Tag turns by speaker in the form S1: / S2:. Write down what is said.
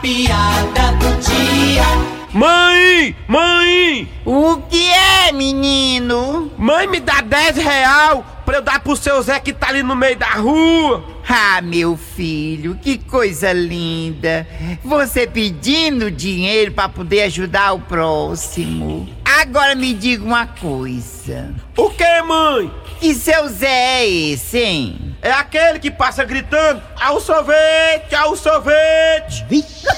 S1: piada do dia.
S2: Mãe! Mãe!
S3: O que é, menino?
S2: Mãe, me dá 10 real pra eu dar pro seu Zé que tá ali no meio da rua!
S3: Ah, meu filho, que coisa linda. Você pedindo dinheiro para poder ajudar o próximo. Agora me diga uma coisa.
S2: O que, mãe?
S3: Que seu Zé é esse, hein?
S2: É aquele que passa gritando: ao sorvete, ao sorvete!
S3: Vixe.